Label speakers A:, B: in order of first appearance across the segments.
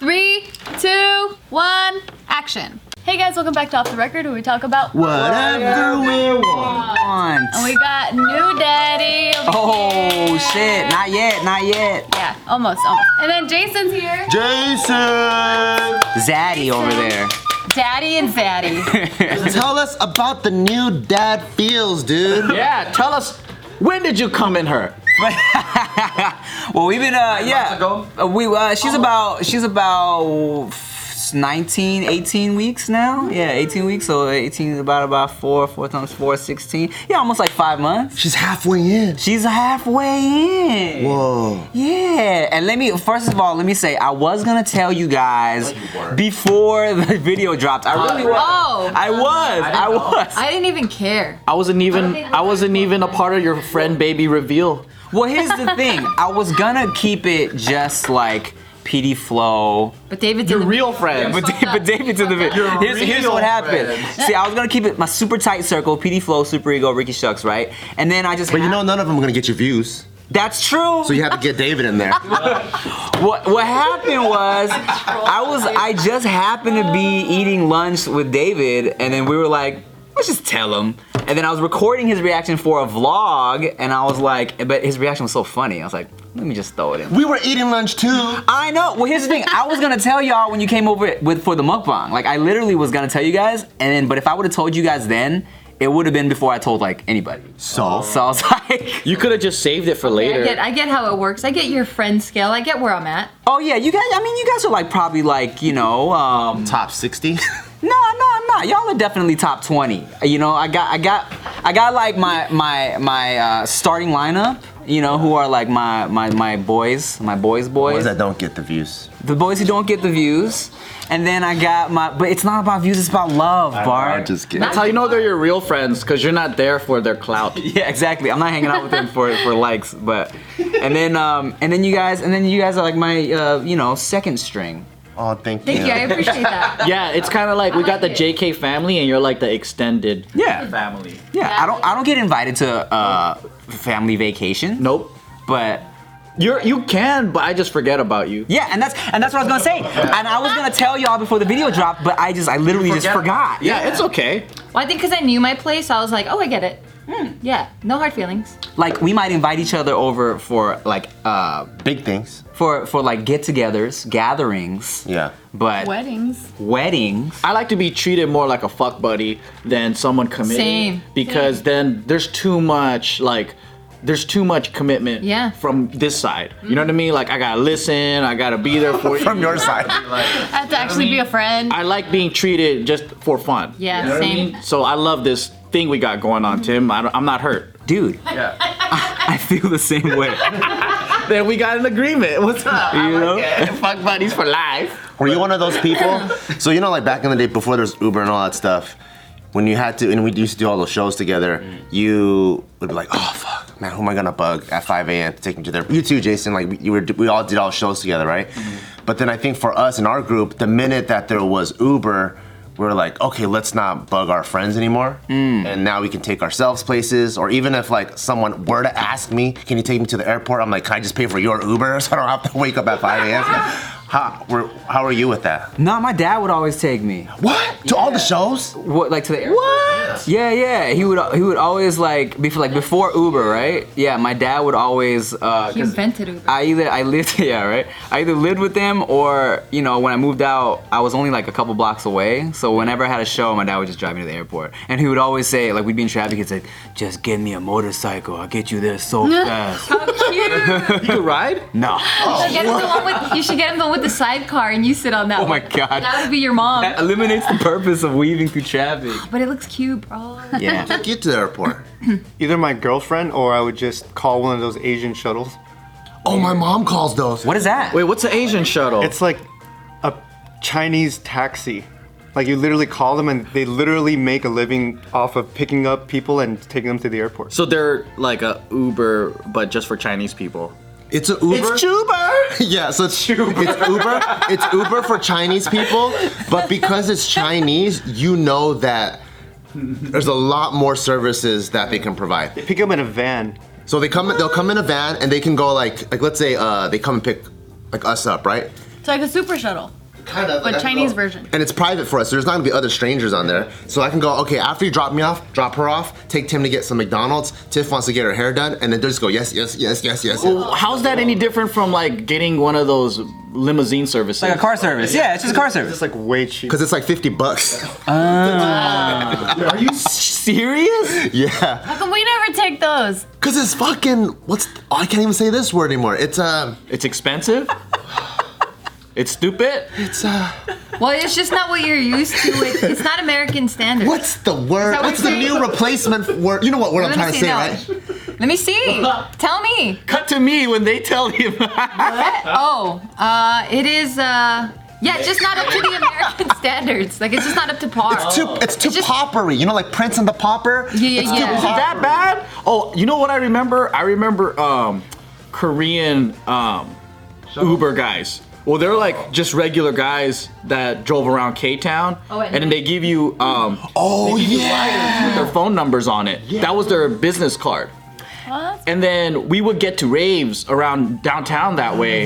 A: Three, two, one, action. Hey guys, welcome back to Off the Record where we talk about
B: Whatever we want.
A: And we got new daddy. over
B: Oh
A: here.
B: shit, not yet, not yet.
A: Yeah, almost, almost. And then Jason's here.
C: Jason!
B: Zaddy over there.
A: Daddy and Zaddy.
C: Tell us about the new dad feels, dude.
D: Yeah, tell us when did you come in her?
B: well, we've been uh yeah.
D: ago?
B: Uh, We uh
A: Oh.
B: she's about she's about f- 19, 18 weeks
A: Oh.
B: now. Yeah, 18 weeks. So 18 is about about 4, 4 times 4, 16. Yeah, almost like 5 months.
C: She's halfway in.
B: She's halfway in.
C: Whoa.
B: Yeah, and let me first of all let me say I was gonna tell you guys before the video dropped. I really was.
A: Oh.
B: I was. I, was.
A: I didn't even care.
D: I wasn't even I wasn't even a part of your friend baby reveal.
B: well, here's the thing. I was gonna keep it just like PD Flow,
A: But David
D: Your
A: did
D: real friend.
B: but, but David to the video. Here's, here's
D: real
B: what happened. See, I was gonna keep it my super tight circle, PD Flow, Super Ego, Ricky Shucks, right? And then I just
C: But you know, none of them are gonna get your views.
B: that's true.
C: So you have to get David in there.
B: What what happened was I was I just happened to be eating lunch with David and then we were like, let's just tell him. And then I was recording his reaction for a vlog and I was like, but his reaction was so funny. I was like, let me just throw it in.
C: We were eating lunch too.
B: I know. Well, here's the thing. I was gonna tell y'all when you came over with for the mukbang. Like I literally was gonna tell you guys, and then but if I would have told you guys then, it would have been before I told like anybody.
C: So.
B: So I was like,
D: You could have just saved it for
E: I
D: later.
E: get, I get how it works. I get your friend scale. I get where I'm at.
B: oh yeah, you guys. I mean, you guys are like probably like you know. um
C: Top 60.
B: No, no, I'm not. Y'all are definitely top 20. You know, I got I got I got like my my my uh, starting lineup, you know, who are like my my my boys, my boys boys.
C: Boys that don't get the views.
B: The boys who don't get the views. And then I got my but it's not about views, it's about love, Bart.
C: I'm just kidding.
D: That's how you know they're your real friends, because you're not there for their clout.
B: Yeah, exactly. I'm not hanging out with them for for likes, but and then um and then you guys and then you guys are like my uh, you know, second string.
C: Oh, thank you.
E: Thank you. I appreciate that.
D: Yeah, it's kind of like we got the
E: like it.
D: JK family, and you're like the extended
B: Yeah.
D: family.
B: Yeah, I don't I don't get invited to uh family vacation,
D: Nope.
B: but
D: You're you can, but I just forget about you.
B: Yeah, and that's and that's what I was gonna say. And I was gonna tell y'all before the video dropped, but I just I literally just forgot.
D: Yeah, it's okay.
E: Well, I think because I knew my place, I was like, oh, I get it.
A: Hmm,
E: Yeah, no hard feelings.
B: Like we might invite each other over for like uh
C: Big things.
B: for for like get-togethers, gatherings,
C: Yeah.
B: but
A: Weddings.
B: weddings.
D: I like to be treated more like a fuck buddy than someone committed.
E: Same.
D: Because then there's too much like there's too much commitment
E: Yeah.
D: from this side. You know what I mean? Like I gotta listen, I gotta be there for you.
C: From your side.
A: I have to actually be a friend.
D: I like being treated just for fun.
E: Yeah,
D: You know what I
E: same.
D: mean? So I love this thing we got going on, Tim. I don't, I'm not hurt.
B: Dude, I, I feel the same way.
D: Then we got an agreement. What's up?
B: You know?
D: fuck buddies for life.
C: Were you one of those people? So you know, like back in the day before there's Uber and all that stuff, when you had to, and we used to do all those shows together, you would be like, oh fuck, man, who am I gonna bug at 5 a.m. to take me to their? You too, Jason. Like we- you were, we all did all shows together, right? But then I think for us in our group, the minute that there was Uber. we We're like, okay, let's not bug our friends anymore. And now we can take ourselves places. Or even if like someone were to ask me, can you take me to the airport? I'm like, can I just pay for your Uber so I don't have to wake up at 5 a.m.? how, were, how are you with that?
B: No, my dad would always take me.
C: What? To all the shows?
B: What like to the airport? What? Yeah, yeah. He would he would always like before like before Uber, right? Yeah, my dad would always uh
E: He
B: 'cause
E: invented Uber.
B: I either I lived yeah, right? I either lived with them or, you know, when I moved out, I was only like a couple blocks away. So whenever I had a show, my dad would just drive me to the airport. And he would always say, like we'd be in traffic, he'd say, just get me a motorcycle, I'll get you there so fast.
D: You could ride?
B: no.
E: You should get him the one with, you should get him the one with the sidecar and you sit on that
B: Oh my
E: one.
B: god.
E: That would be your mom.
B: That eliminates the purpose of weaving through traffic.
E: but it looks cute, bro.
B: Yeah.
C: Get to the airport.
F: either my girlfriend or I would just call one of those Asian shuttles.
C: Oh, my mom calls those.
B: What is that?
D: Wait, what's the Asian shuttle?
F: It's like a Chinese taxi. Like you literally call them and they literally make a living off of picking up people and taking them to the airport.
D: so they're like a Uber, but just for Chinese people.
C: It's an Uber.
D: Uber.
C: yeah, so it's Uber. It's Uber. It's Uber for Chinese people, but because it's Chinese, you know that there's a lot more services that they can provide.
F: Pick them in a van.
C: So they come, they'll come in a van, and they can go like, like let's say uh, they come and pick like us up, right?
A: It's like a super shuttle,
C: Kind of.
A: but Chinese version.
C: And it's private for us. There's not gonna be other strangers on there. So I can go, okay, after you drop me off, drop her off, take Tim to get some McDonald's. Tiff wants to get her hair done, and then just go, yes, yes, yes, yes, yes. yes.
D: How's that any different from like getting one of those limousine services?
B: Like a car service. Yeah, it's just a car service.
F: It's like way cheap.
C: Cause it's like 50 bucks.
F: Are you
B: Serious?
C: yeah.
A: How come we never take those?
C: Cause it's fucking, what's, oh, I can't even say this word anymore. It's, um,
D: It's expensive. it's stupid.
C: it's, uh,
E: Well, it's just not what you're used to. It, it's not American standard.
C: what's the word?
E: that what
C: What's the
E: you're
C: new
E: saying?
C: replacement word? You know what word I'm
E: Let me
C: trying to
E: see
C: say,
E: now.
C: right?
E: Let me see. Tell me.
D: Cut to me when they tell him.
E: Oh, uh, it is. Uh, yeah, it's just not up to the American standards. Like it's just not up to par.
C: It's too, it's too
E: It's just-
C: poppery. You know, like Prince and the Popper?
E: Yeah, yeah,
C: It's too
E: yeah. Is it
C: poppery.
D: that bad? Oh, you know what I remember? I remember um, Korean um, Uber guys. Well, they're like just regular guys that drove around K Town,
E: Oh, at
D: and then
E: night.
D: they give you um,
C: Oh, yeah.
D: with their phone numbers on it. That was their business card. And then we would get to raves around downtown that way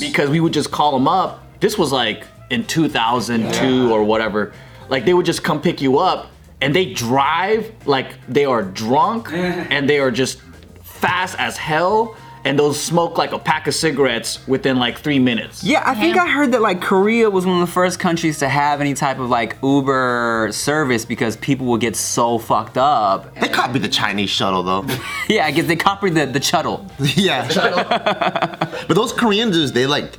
D: because we would just call them up. This was like in 2002 or whatever. Like they would just come pick you up and they drive like they are drunk and they are just fast as hell and they'll smoke like a pack of cigarettes within like three minutes.
B: Yeah, I think I heard that like Korea was one of the first countries to have any type of like Uber service because people would get so fucked up.
C: They copied the Chinese shuttle, though.
B: Yeah, I guess they copied the the shuttle.
C: Yeah. but those Korean dudes, they like,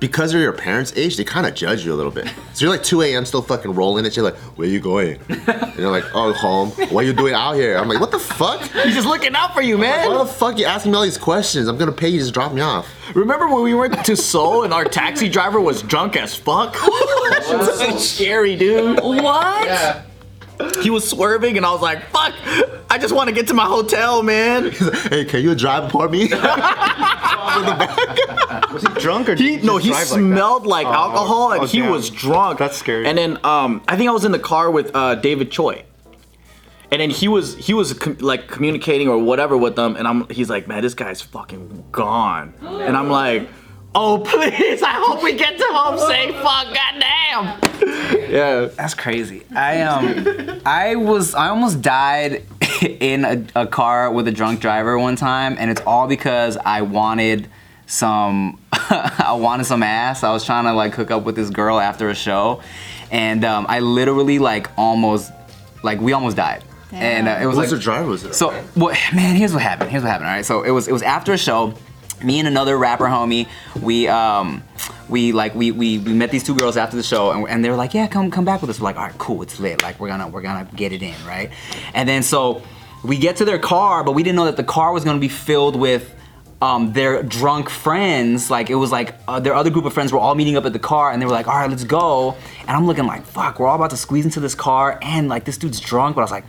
C: because they're your parents' age, they kind of judge you a little bit. So you're like 2 a.m. still fucking rolling and shit, like, where you going? And you're like, oh, home. What you doing out here? I'm like, what the fuck?
D: He's just looking out for you, man.
C: Why the fuck you asking me all these questions? I'm gonna pay you, just drop me off.
D: Remember when we went to Seoul and our taxi driver was drunk as fuck? That was so scary, dude.
A: Oh,
E: What?
D: He was swerving, and I was like, "Fuck! I just want to get to my hotel, man."
C: hey, can you drive for me?
F: drunk or
D: He
F: did you
D: no, he
F: drive like that?
D: smelled like,
F: Oh,
D: alcohol, and
F: oh,
D: he
F: damn.
D: was drunk.
F: That's scary.
D: And then um, I think I was in the car with uh, David Choi, and then he was he was com- like communicating or whatever with them, and I'm he's like, "Man, this guy's fucking gone," and I'm like. Oh please! I hope we get to home safe. Fuck, goddamn. Yeah.
B: That's crazy. I um, I was I almost died in a, a car with a drunk driver one time, and it's all because I wanted some I wanted some ass. I was trying to like hook up with this girl after a show, and um, I literally like almost like we almost died. And uh, it was
C: What's
B: like
C: the driver? Was it?
B: so, well, man, here's what happened. Here's what happened. All right. So it was it was after a show. Me and another rapper homie, we um, we like we, we we met these two girls after the show, and, and they were like, yeah, come come back with us. We're like, all right, cool, it's lit. Like we're gonna we're gonna get it in, right? And then so we get to their car, but we didn't know that the car was gonna be filled with um, their drunk friends, like it was like uh, their other group of friends were all meeting up at the car and they were like, all right, let's go. And I'm looking like, fuck, we're all about to squeeze into this car and like this dude's drunk, but I was like,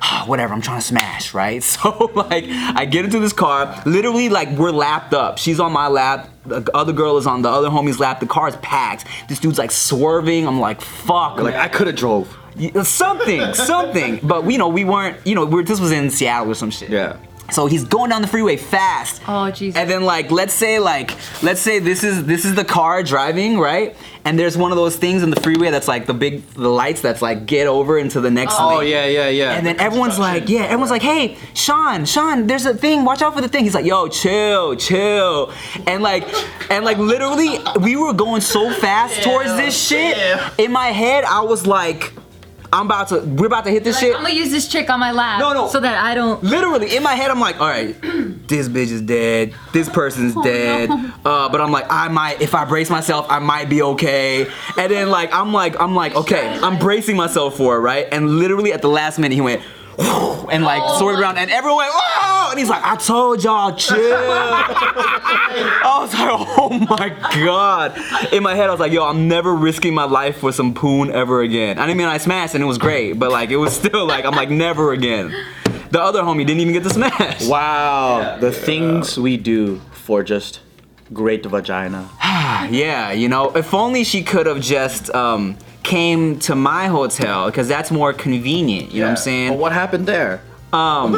B: "Ah, whatever, I'm trying to smash, right? So like I get into this car, literally like we're lapped up. She's on my lap, the other girl is on the other homie's lap, the car is packed. This dude's like swerving, I'm like, fuck.
D: Like I could have drove.
B: Yeah, something, something. But you know, we weren't. You know, we're, this was in Seattle or some shit.
D: Yeah.
B: So he's going down the freeway fast.
E: Oh, Jesus.
B: And then like, let's say like, let's say this is this is the car driving right, and there's one of those things in the freeway that's like the big the lights that's like get over into the next.
D: Oh
B: lane.
D: yeah, yeah, yeah.
B: And then everyone's like, yeah, everyone's like, hey, Sean, Sean, there's a thing. Watch out for the thing. He's like, yo, chill, chill. And like, and like, literally, we were going so fast towards this shit. In my head, I was like, I'm about to, we're about to hit this
E: Like,
B: shit.
E: I'm gonna use this trick on my lap.
B: No, no.
E: So that I don't.
B: Literally in my head, I'm like, all right, this bitch is dead. This person's dead. Uh, but I'm like, I might, if I brace myself, I might be okay. And then like, I'm like, I'm like, okay, I'm bracing myself for it, right? And literally at the last minute, he went. And like sort around, and everyone went, "Whoa!" And he's like, "I told y'all, chill." I was like, "Oh my god!" In my head, I was like, "Yo, I'm never risking my life for some poon ever again." I mean, I smashed, and it was great, but like, it was still like, I'm like, never again. The other homie didn't even get to smash.
D: Wow, the things we do for just great vagina.
B: Yeah, you know, if only she could have just um, came to my hotel because that's more convenient. You know what I'm
D: But
B: saying?
D: what happened there?
B: Um,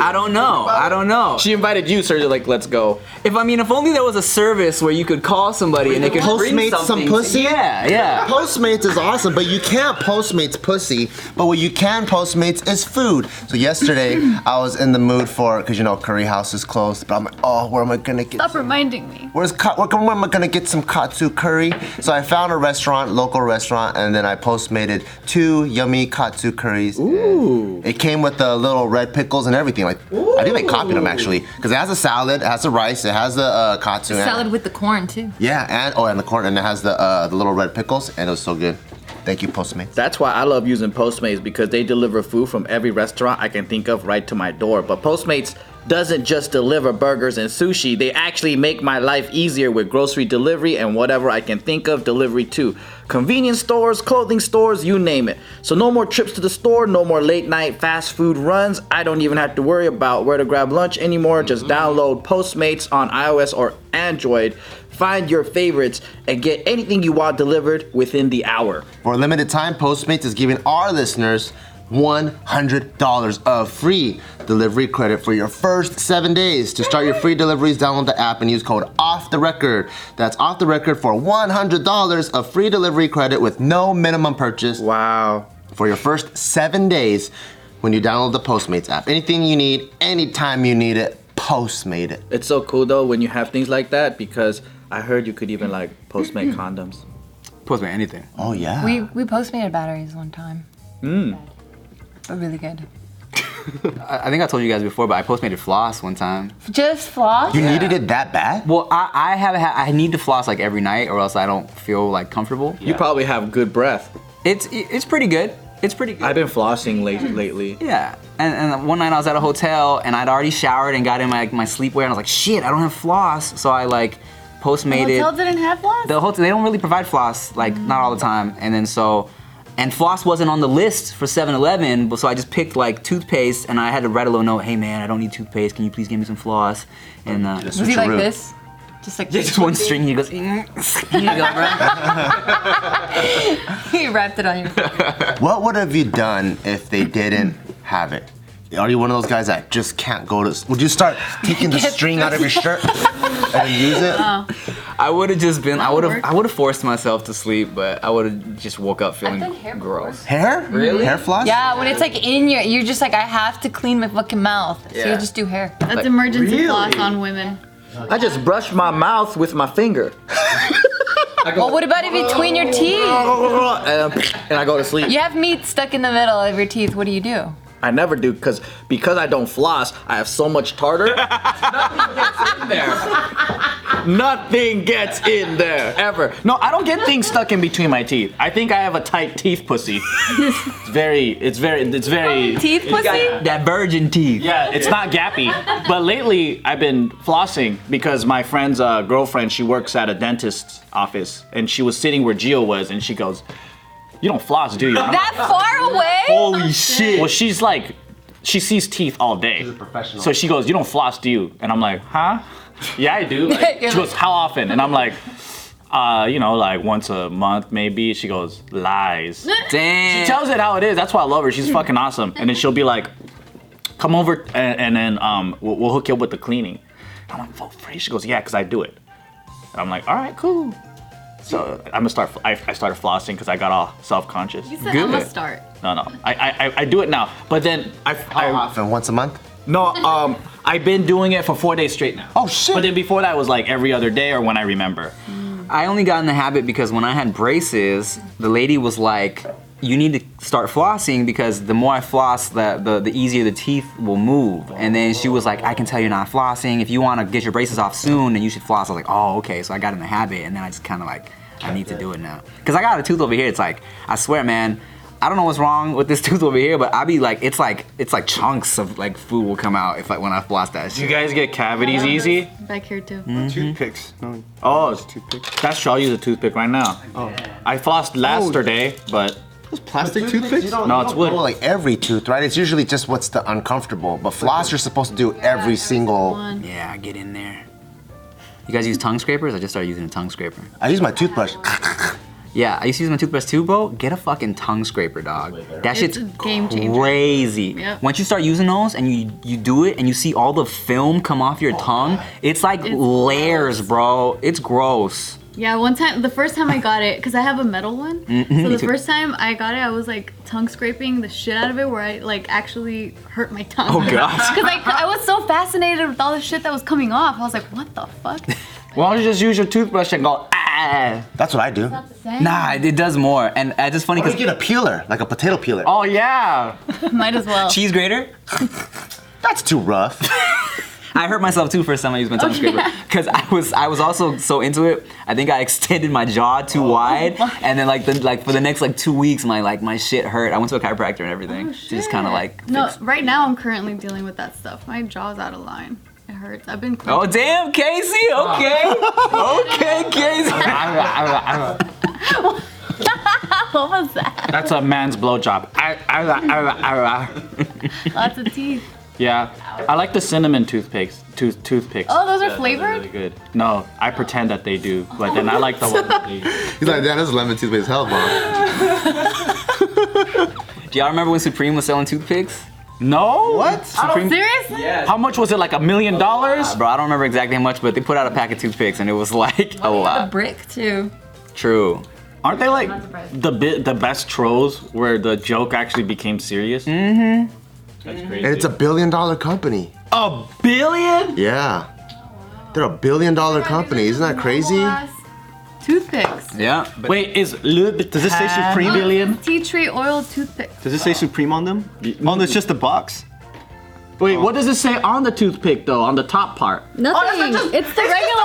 B: I don't know. I don't know.
D: She invited you, Sergio. Like, let's go.
B: If I mean, if only there was a service where you could call somebody and they could bring
C: Postmates some
B: something.
C: pussy?
B: Yeah, yeah.
C: Postmates is awesome, but you can't Postmates pussy. But what you can Postmates is food. So yesterday, I was in the mood for because you know Curry House is closed. But I'm like, oh, where am I gonna get?
A: Stop reminding me.
C: Where's ka- where, where am I gonna get some katsu curry? So I found a restaurant, local restaurant, and then I postmated two yummy katsu curries. Ooh! It came with the little red pickles and everything. Like I think they copied them actually, because it has a salad, it has the rice, it has the uh, katsu. and-
E: Salad with the corn too.
C: yeah, and oh, and the corn, and it has the uh, the little red pickles, and it was so good. Thank you, Postmates.
D: That's why I love using Postmates because they deliver food from every restaurant I can think of right to my door. But Postmates doesn't just deliver burgers and sushi, they actually make my life easier with grocery delivery and whatever I can think of delivery to. Convenience stores, clothing stores, you name it. So, no more trips to the store, no more late night fast food runs. I don't even have to worry about where to grab lunch anymore. Just download Postmates on iOS or Android. Find your favorites and get anything you want delivered within the hour.
C: For a limited time, Postmates is giving our listeners $100 of free delivery credit for your first seven days. To start your free deliveries, download the app and use code OFF THE RECORD. That's OFF THE RECORD for $100 of free delivery credit with no minimum purchase.
D: Wow.
C: for your first seven days when you download the Postmates app. Anything you need, anytime you need it, Postmate it.
D: It's so cool though when you have things like that because I heard you could even like postmate
E: Mm-hmm.
D: condoms.
B: Postman anything.
C: Oh yeah.
B: Uh.
E: We we postmated batteries one time.
B: Mm.
E: Mmm. But really good.
B: I, I think I told you guys before, but I postmated floss one time.
A: Just floss?
C: you needed it that bad?
B: Well, I, I have ha- I need to floss like every night, or else I don't feel like comfortable.
D: You probably have good breath.
B: It's it's pretty good. It's pretty good.
D: I've been flossing late
E: Mm-hmm.
D: lately.
B: Yeah. And, and one night I was at a hotel and I'd already showered and got in my my sleepwear and I was like, shit, I don't have floss. So I like postmated.
A: Hotel didn't have floss?
B: the hotel they don't really provide floss like not all the time and then so and floss wasn't on the list for 7-eleven but so i just picked like toothpaste and i had to write a little note hey man i don't need toothpaste can you please give me some floss and uh,
E: Was he like
C: Switcheroo.
E: this? Just like
B: just one string he goes "Mm, here you go bro
E: he wrapped it on your
C: What would have you done if they didn't have it? Are you one of those guys that just can't go to? Would you start taking the string out of your shirt and then use it?
B: i would have just been i
E: would
B: would have
E: work.
B: i would have forced myself to sleep but i would have just woke up feeling
E: done hair before.
B: gross
C: Hair? Really? Hair floss?
E: Yeah, when it's like in your you're just like, I have to clean my fucking mouth. So
B: Yeah.
E: you just do hair.
A: That's
B: Like,
A: emergency
B: really?
A: floss on women.
D: I just brush my mouth with my finger
E: Well what about if you between
B: Oh,
E: your teeth?
D: and, and I go to sleep.
E: You have meat stuck in the middle of your teeth, what do you do?
D: I never do because because I don't floss, I have so much tartar. Nothing gets in there. Nothing gets in there ever. No, I don't get things stuck in between my teeth. I think I have a tight teeth pussy. it's very, it's very, it's very.
E: Teeth pussy?
B: that virgin teeth
D: Yeah, it's not gappy. But lately, I've been flossing because my friend's uh, girlfriend, she works at a dentist's office, and she was sitting where Gio was, and she goes, "You don't floss, do you?" And I'm like,
E: That far away?
B: holy shit
D: well, she's like, she sees teeth all day. She's a professional. So she goes, "You don't floss, do you?" And I'm like, "Huh? Yeah, I do." Like, she
E: You're
D: goes, "How often?" And I'm like, "Uh, you know, like once a month, maybe." She goes, "Lies."
B: damn
D: She tells it how it is. That's why I love her.
A: Hmm.
D: She's fucking awesome. And then she'll be like, "Come over, and, and then um, we'll, we'll hook you up with the cleaning." I'm like, "For free?" She goes, "Yeah, cause I do it." And I'm like, "All right, cool." So I'm gonna start. I, I started flossing because I got all self-conscious.
A: You said
B: Good.
A: I'm gonna start.
D: No, no, I, I I- I do it now. But then I, I
C: Often once a month.
D: no um I've been doing it for four days straight now.
C: Oh shit.
D: But then before that was like every other day or when I remember.
A: Hmm.
B: I only got in the habit because when I had braces, the lady was like, "You need to start flossing because the more I floss, the the, the easier the teeth will move." And then she was like, "I can tell you're not flossing. If you want to get your braces off soon, then you should floss." I was like, "Oh, okay." So I got in the habit, and then I just kind of like, I need to do it now because I got a tooth over here. It's like, I swear, man. I don't know what's wrong with this tooth over here, but I be like, it's like, it's like chunks of like food will come out if I, when I floss that
D: Do you
B: shit.
D: guys get cavities easy?
A: Back here too.
F: Toothpicks. No,
D: Oh, it's
F: toothpicks.
D: That's true. I'll use a toothpick right now.
A: Oh.
D: I flossed last day, but
F: Plastic toothpicks?
D: no, it's
C: Well,
D: wood.
C: Oh, like every tooth, right? It's usually just what's the uncomfortable. But floss, you're supposed to do every
B: Oh,
C: single.
A: One.
B: Yeah, I get in there. You guys use tongue scrapers? I just started using a tongue scraper.
C: I use my toothbrush.
B: Yeah, I used to use my toothbrush too, bro. Get a fucking tongue scraper, dog. That shit's
A: It's a game changer.
B: crazy.
A: Yep.
B: Once you start using those and you you do it and you see all the film come off
D: Oh,
B: your tongue, it's like layers, bro. It's gross.
A: Yeah, one time, the first time I got it, because I have a metal one. So
B: Mm-hmm. me
A: the
B: too.
A: first time I got it, I was like tongue scraping the shit out of it, where I like actually hurt my tongue.
B: Oh god.
A: Because I, I was so fascinated with all the shit that was coming off. I was like, what the fuck?
D: Why don't you just use your toothbrush and go? Ah.
C: That's what I do.
B: nah, it, it does more, and uh, it's just funny
C: Why don't
B: because
C: you get a peeler, like a potato peeler?
D: Oh yeah.
A: Might as well.
B: cheese grater.
C: That's too rough.
B: I hurt myself too first time I used my tongue
A: Oh,
B: scraper because I was I was also so into it. I think I extended my jaw too
A: Oh,
B: wide, and then like the like for the next like two weeks, my like my shit hurt. I went to a chiropractor and everything.
A: Oh,
B: to just kind of
A: shit.
B: like.
A: No,
B: fix-
A: right now I'm currently dealing with that stuff. My jaw's out of line. It hurts. I've been.
B: Oh damn, Casey.
A: Oh.
B: Okay. okay, Casey.
A: what was that?
D: That's a man's blowjob. Ah, ah, ah, ah, ah.
A: Lots of teeth.
D: Yeah, I like the cinnamon toothpicks. Tooth toothpicks.
A: Oh, those are
D: Yeah,
A: flavored?
D: Really good. No, I pretend that they do, but then I like the one. That they
G: He's like, that is lemon toothpaste as hell, bro.
B: Do y'all remember when Supreme was selling toothpicks?
D: No. What? Supreme.
A: Oh, Seriously?
D: How much was it? Like a million dollars?
B: Bro, I don't remember exactly how much, but they put out a pack of toothpicks, and it was like a
E: A
B: lot.
E: brick too.
B: True.
D: Aren't they like
E: surprised.
D: the bit the best trolls where the joke actually became serious? Mm-hmm. Oh, That's crazy.
G: And it's a billion dollar company.
D: a billion.
G: Yeah. They're a billion dollar company. Isn't that crazy?
A: Toothpicks.
B: Yeah. But
D: Wait, is Le-
F: Does this say Supreme?
D: billion?
A: Tea tree oil toothpicks.
F: Does this say Supreme on them? Oh, it's just a box.
D: Wait, what does it say on the toothpick though? On the top part?
A: Nothing. it's the regular.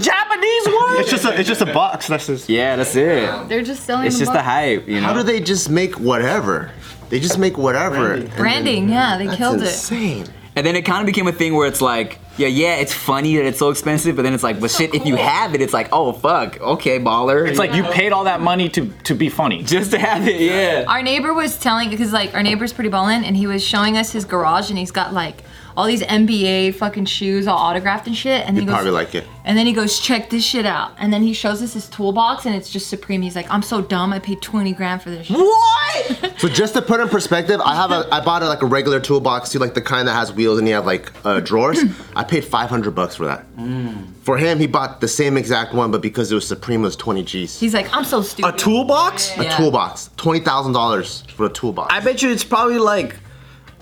D: Japanese word.
F: It's just a it's just a box. That's just.
B: yeah, that's it.
A: They're just selling.
B: It's
A: them
B: just the
A: up.
B: hype, you know.
G: How do they just make whatever? They just make whatever. and then-
E: Branding, yeah, they
G: That's
E: killed it.
G: insane.
B: And then it kind of became a thing where it's like, yeah, yeah, it's funny that it's so expensive, but then it's like, but shit, if you have it, it's like, oh fuck, okay, baller.
D: It's like you paid all that money to to be funny.
B: just to have it, yeah.
E: Our neighbor was telling because like our neighbor's pretty ballin', and he was showing us his garage, and he's got like all these NBA fucking shoes all autographed and shit. And he
G: You'd
E: goes,
G: probably like it.
E: And then he goes, check this shit out. And then he shows us his toolbox, and it's just Supreme. He's like, I'm so dumb. I paid 20 grand for this. Shit.
B: What?
G: So just to put in perspective, I have a I bought a, like a regular toolbox too, like the kind that has wheels and you have like uh, drawers. I paid 500 bucks for that.
F: Mm.
G: For him, he bought the same exact one, but because it was Supreme, it was 20 G's.
E: He's like, I'm so
G: a
E: stupid.
G: toolbox?
E: Yeah.
G: A toolbox. Twenty thousand dollars for a toolbox.
D: I bet you it's probably like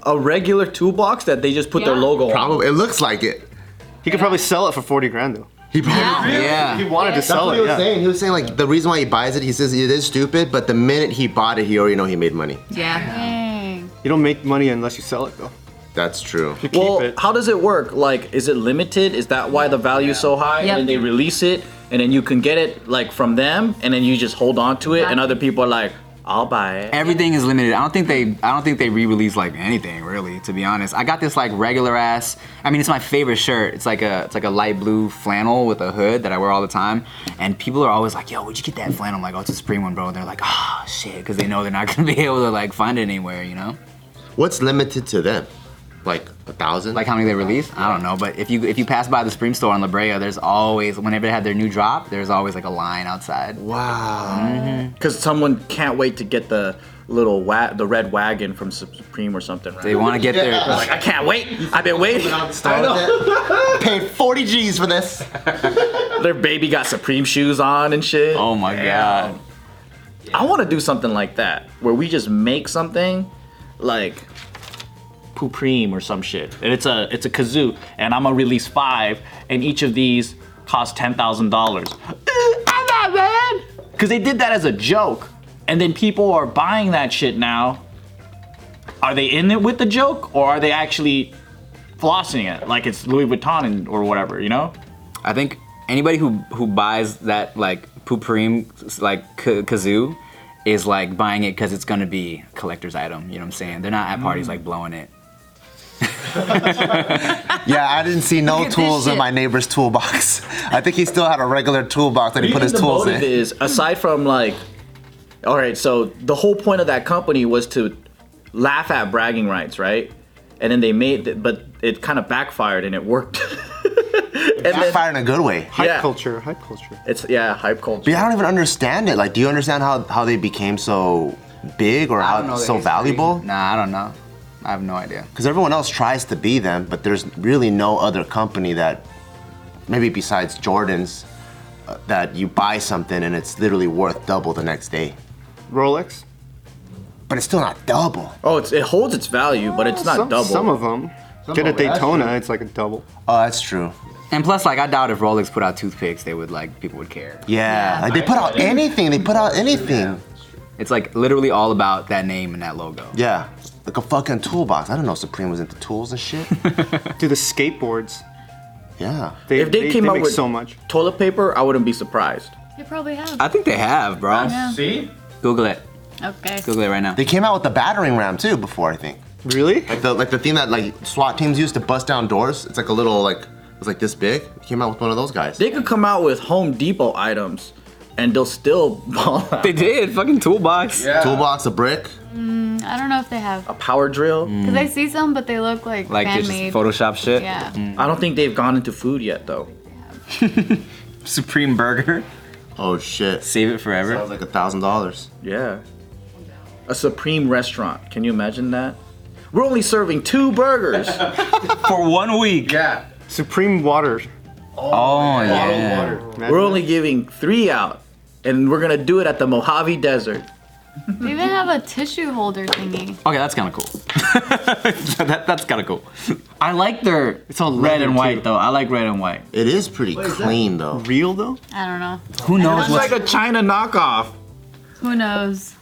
D: a regular toolbox that they just put their
E: Yeah.
D: logo on.
G: Probably it looks like it.
F: He could probably sell it for 40 grand though.
G: He probably
F: He
B: Yeah.
F: wanted to
G: That's
F: sell
G: what
F: it.
G: he was
F: yeah.
G: saying. He was saying like the reason why he buys it, he says it is stupid, but the minute he bought it, he already know he made money.
E: yeah.
A: Dang.
F: You don't make money unless you sell it though.
G: That's true.
F: You keep
D: Well,
F: it.
D: how does it work? Like, is it limited? Is that why the value is so high?
E: Yep.
D: And then they release it, and then you can get it like from them, and then you just hold on to it, and other people are like, "I'll buy it."
B: Everything is limited. I don't think they I don't think they re-release like anything really, to be honest. I got this like regular ass I mean it's my favorite shirt. It's like a it's like a light blue flannel with a hood that I wear all the time. And people are always like, yo, where'd you get that flannel? I'm like, oh it's a Supreme one, bro. And they're like, oh shit, because they know they're not gonna be able to like find it anywhere, you know?
G: What's limited to them? Like a thousand?
B: like how many they release. I don't know, but if you if you pass by the Supreme store on La Brea, there's always whenever they have their new drop, there's always like a line outside.
G: wow.
D: Because someone can't wait to get the little wa- the red wagon from Supreme or something, right?
B: They want to get there.
D: like, I can't wait. I've been waiting. I know.
G: Paid 40 G's for this.
D: Their baby got Supreme shoes on and shit.
B: Oh my god.
D: I want to do something like that where we just make something like Pupreme or some shit. And it's a it's a kazoo and I'm gonna release 5 and each of these cost $10,000. I'm not mad cuz they did that as a joke and then people are buying that shit now. Are they in it with the joke or are they actually flossing it like it's Louis Vuitton and, or whatever, you know?
B: I think anybody who who buys that like Supreme like k- kazoo is like buying it because it's gonna be a collector's item. You know what I'm saying? They're not at parties like blowing it.
G: Yeah, I didn't see no
E: this
G: tools in
E: shit.
G: my neighbor's toolbox. I think he still had a regular toolbox that he put his
D: the
G: tools
D: motive
G: in.
D: is aside from like, all right, so the whole point of that company was to laugh at bragging rights, right? And then they made, but it kind of backfired and it worked. and then,
C: Backfire in a good way.
F: Hype
D: Yeah.
F: culture, hype culture.
D: it's yeah, hype culture.
C: But I don't even understand it. Like, do you understand how, how they became so big or
B: I don't
C: how
B: know. the
C: Uh, so
B: history.
C: valuable?
B: Nah, I don't know. I have no idea.
C: Because everyone else tries to be them, but there's really no other company that, maybe besides Jordan's, uh, that you buy something and it's literally worth double the next day.
F: Rolex.
C: But it's still not double.
D: Oh, it's, it holds its value, but it's not
F: Oh, some,
D: double.
F: Some of them. Get a Daytona, it's like a double.
C: Oh, that's true.
B: And plus, like, I doubt if Rolex put out toothpicks, they would like people would care.
C: Yeah, like they put out anything. They put out anything.
B: It's like literally all about that name and that logo.
C: Yeah, like a fucking toolbox. I don't know. Supreme was into tools and shit.
F: Do the skateboards.
C: yeah.
F: They,
D: if they, came out
F: make
D: with
F: so much.
D: toilet paper, I wouldn't be surprised.
A: You probably have.
B: I think they have, bro.
D: See,
B: Google it.
A: Okay.
B: Google it right now.
C: They came out with the battering ram too before I think.
F: Really?
C: Like the like the thing that like SWAT teams use to bust down doors. It's like a little like it's like this big. They came out with one of those guys.
D: they could come out with Home Depot items, and they'll still ball out.
B: They did. Fucking toolbox. Yeah.
C: Toolbox, a brick.
A: I don't know if they have.
D: a power drill.
A: Because I see some, but they look like,
B: Mm. Like they just Mm.
A: handmade.
B: Photoshop shit.
A: Yeah.
D: I don't think they've gone into food yet, though.
B: Supreme Burger.
C: Oh shit.
B: Save it
C: That
B: forever.
C: was like a thousand dollars.
D: Yeah. A supreme restaurant. Can you imagine that? We're only serving two burgers.
B: For one week.
H: Yeah.
F: Supreme Water.
B: Oh, yeah.
D: we're only giving three out, and we're gonna do it at the Mojave Desert.
A: They even have a tissue holder thingy.
B: Okay, that's kind of cool. that, that's kind of cool. I like their it's all red and white though. I like red and white.
C: It is pretty clean though.
F: Real though?
A: I don't know.
B: Who knows
D: It's
B: what's
D: like a China knockoff.
A: Who knows?